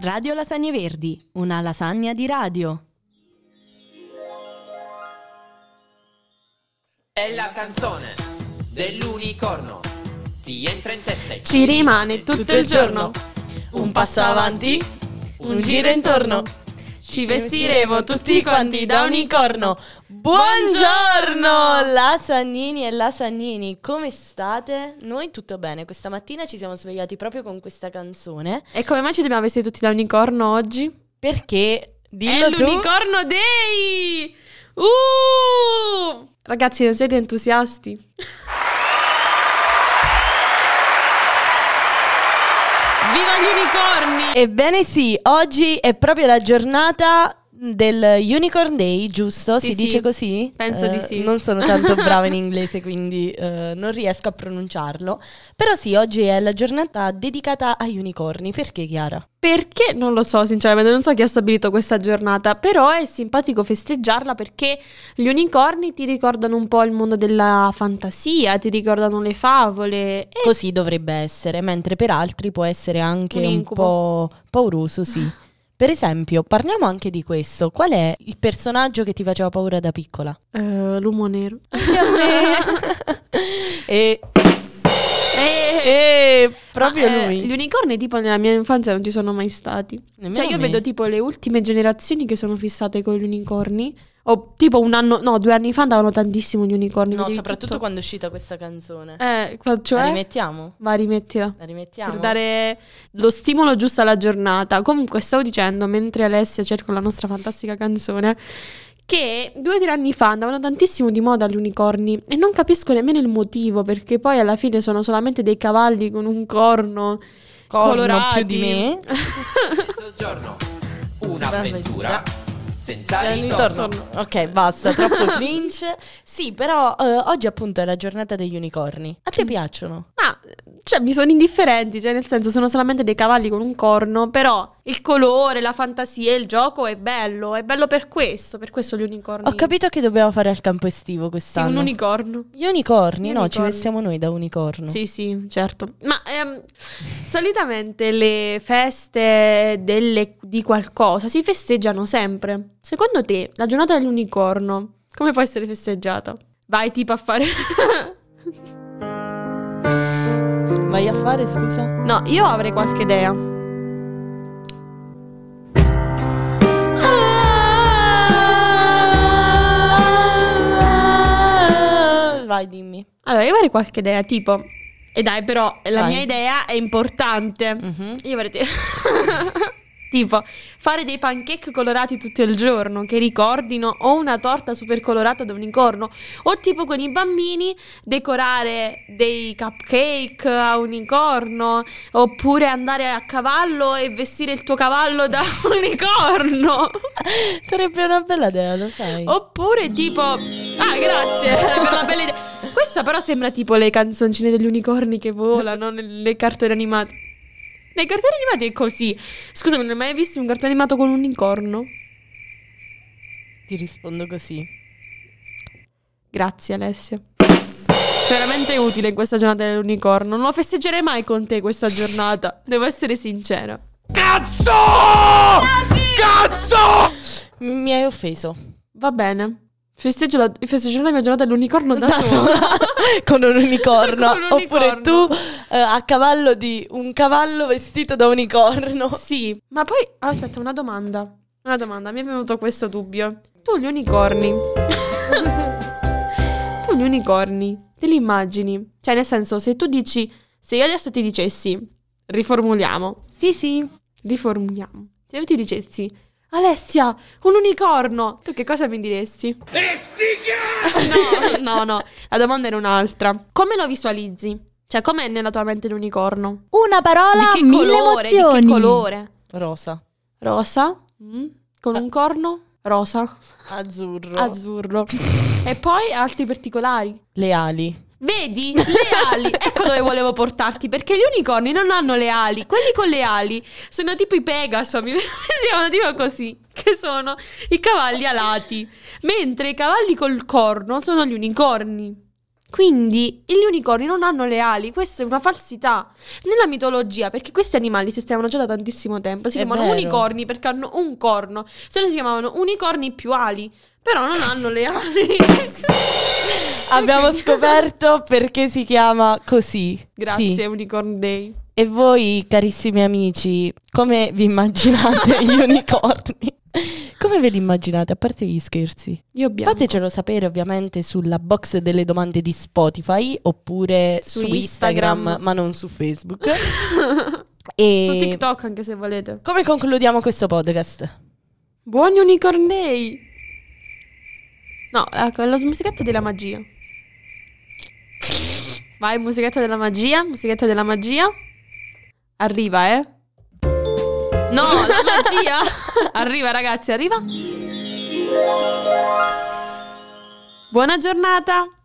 Radio Lasagne Verdi, una lasagna di radio. È la canzone dell'unicorno. Ti entra in testa e Ci rimane tutto il giorno. Un passo avanti, un giro intorno. Ci vestiremo tutti quanti da unicorno. Buongiorno, lasagnini e lasagnini, come state? Noi tutto bene, questa mattina ci siamo svegliati proprio con questa canzone E come mai ci dobbiamo vestire tutti da unicorno oggi? perché, dillo È tu, l'unicorno day! Uh! Ragazzi, non siete entusiasti? Viva gli unicorni! Ebbene sì, oggi è proprio la giornata del Unicorn Day, giusto? Sì, si sì. dice così? Penso Eh, di sì. Non sono tanto brava in inglese, quindi eh, non riesco a pronunciarlo. Però sì, oggi è la giornata dedicata agli unicorni. Perché, Chiara? Eh. Perché? Non lo so, sinceramente, non so chi ha stabilito questa giornata, però è simpatico festeggiarla perché gli unicorni ti ricordano un po' il mondo della fantasia, ti ricordano le favole e Così dovrebbe essere, mentre per altri può essere anche Un un, incubo. Ah. po' pauroso, sì. Per esempio, parliamo anche di questo. Qual è il personaggio che ti faceva paura da piccola? Eh, l'umo nero. e Eh, proprio eh, lui. Gli unicorni tipo nella mia infanzia non ci sono mai stati. Nemmeno Cioè io me. vedo tipo le ultime generazioni che sono fissate con gli unicorni. O tipo un anno, no, due anni fa andavano tantissimo gli unicorni. No, vedevi soprattutto tutto. quando è uscita questa canzone. Eh, qua- cioè... La rimettiamo? Vai, rimettila. La rimettiamo? Per dare lo stimolo giusto alla giornata. Comunque, stavo dicendo, mentre Alessia cerca la nostra fantastica canzone, che due o tre anni fa andavano tantissimo di moda gli unicorni e non capisco nemmeno il motivo, perché poi alla fine sono solamente dei cavalli con un corno. Corno colorati. Eh, più di me. Mezzogiorno. Un'avventura senza Eh, ritorno. ritorno. Ok, basta, troppo cringe. Sì, però eh, oggi appunto è la giornata degli unicorni. A te piacciono? Ma, cioè, mi sono indifferenti, cioè, nel senso, sono solamente dei cavalli con un corno, però il colore, la fantasia, il gioco è bello, è bello per questo, per questo gli unicorni. Ho capito che dobbiamo fare al campo estivo Sì, quest'anno. un unicorno. Gli unicorni, Gli no, ci unicorni. vestiamo noi da unicorno. Sì, sì, certo. Ma ehm, solitamente le feste delle- di qualcosa si festeggiano sempre. Secondo te, la giornata dell'unicorno, come può essere festeggiata? Vai tipo a fare... Vai a fare, scusa? no, io avrei qualche idea. Eh, Vai, dimmi. Allora, io avrei qualche idea, tipo... E dai, però, la Vai. mia idea è importante. Mhm. Io avrei... te- tipo, fare dei pancake colorati tutto il giorno che ricordino o una torta super colorata da unicorno o tipo con i bambini decorare dei cupcake a unicorno oppure andare a cavallo e vestire il tuo cavallo da unicorno. Sarebbe una bella idea, lo sai. Oppure tipo... Ah, grazie per la bella idea. Questa però sembra tipo le canzoncine degli unicorni che volano nelle cartoni animate. Nei cartoni animati è così. Scusami, non hai mai visto un cartone animato con un unicorno? Ti rispondo così. Grazie Alessia. Sei veramente utile in questa giornata dell'unicorno. Non lo festeggerei mai con te questa giornata. Devo essere sincera. Cazzo! Cazzo! Mi hai offeso. Va bene. Festeggio la, festeggio la mia giornata dell'unicorno da, sola. con un unicorno. Con un Oppure tu unicorno. eh, a cavallo di un cavallo vestito da unicorno. Sì, ma poi ah, aspetta una domanda. Una domanda, mi è venuto questo dubbio. Tu gli unicorni. tu gli unicorni, te li immagini? Cioè, nel senso, se tu dici, se io adesso ti dicessi, riformuliamo. Sì, sì. Riformuliamo. Se io ti dicessi, Alessia, un unicorno, tu che cosa mi diresti? No, no, no. La domanda era un'altra. Come lo visualizzi? Cioè, com'è nella tua mente l'unicorno? Una parola, di che mille colore? emozioni. Di che colore? Rosa. Rosa. Con un corno? Rosa. Azzurro. Azzurro. e poi altri particolari. Le ali. Vedi? Le ali. ecco dove volevo portarti, perché gli unicorni non hanno le ali. Quelli con le ali sono tipo i Pegaso, mi chiamano tipo così, che sono i cavalli alati. Mentre i cavalli col corno sono gli unicorni. Quindi gli unicorni non hanno le ali, questa è una falsità. Nella mitologia, perché questi animali si chiamano già da tantissimo tempo, si È chiamano vero. unicorni perché hanno un corno, se no si chiamavano unicorni più ali, però non hanno le ali. Abbiamo Quindi- scoperto perché si chiama così. Grazie, Sì. Unicorn Day. E voi, carissimi amici, come vi immaginate gli unicorni? Come ve li immaginate? A parte gli scherzi. Io bianco. Fatecelo sapere ovviamente sulla box delle domande di Spotify oppure su, Su Instagram, Instagram. ma non su Facebook. e Su TikTok anche se volete. Come concludiamo questo podcast? Buoni Unicorn Day. No, ecco, la musichetta della magia. Vai, musichetta della magia, musichetta della magia. Arriva, eh. No, la magia. arriva, ragazzi, arriva. Buona giornata.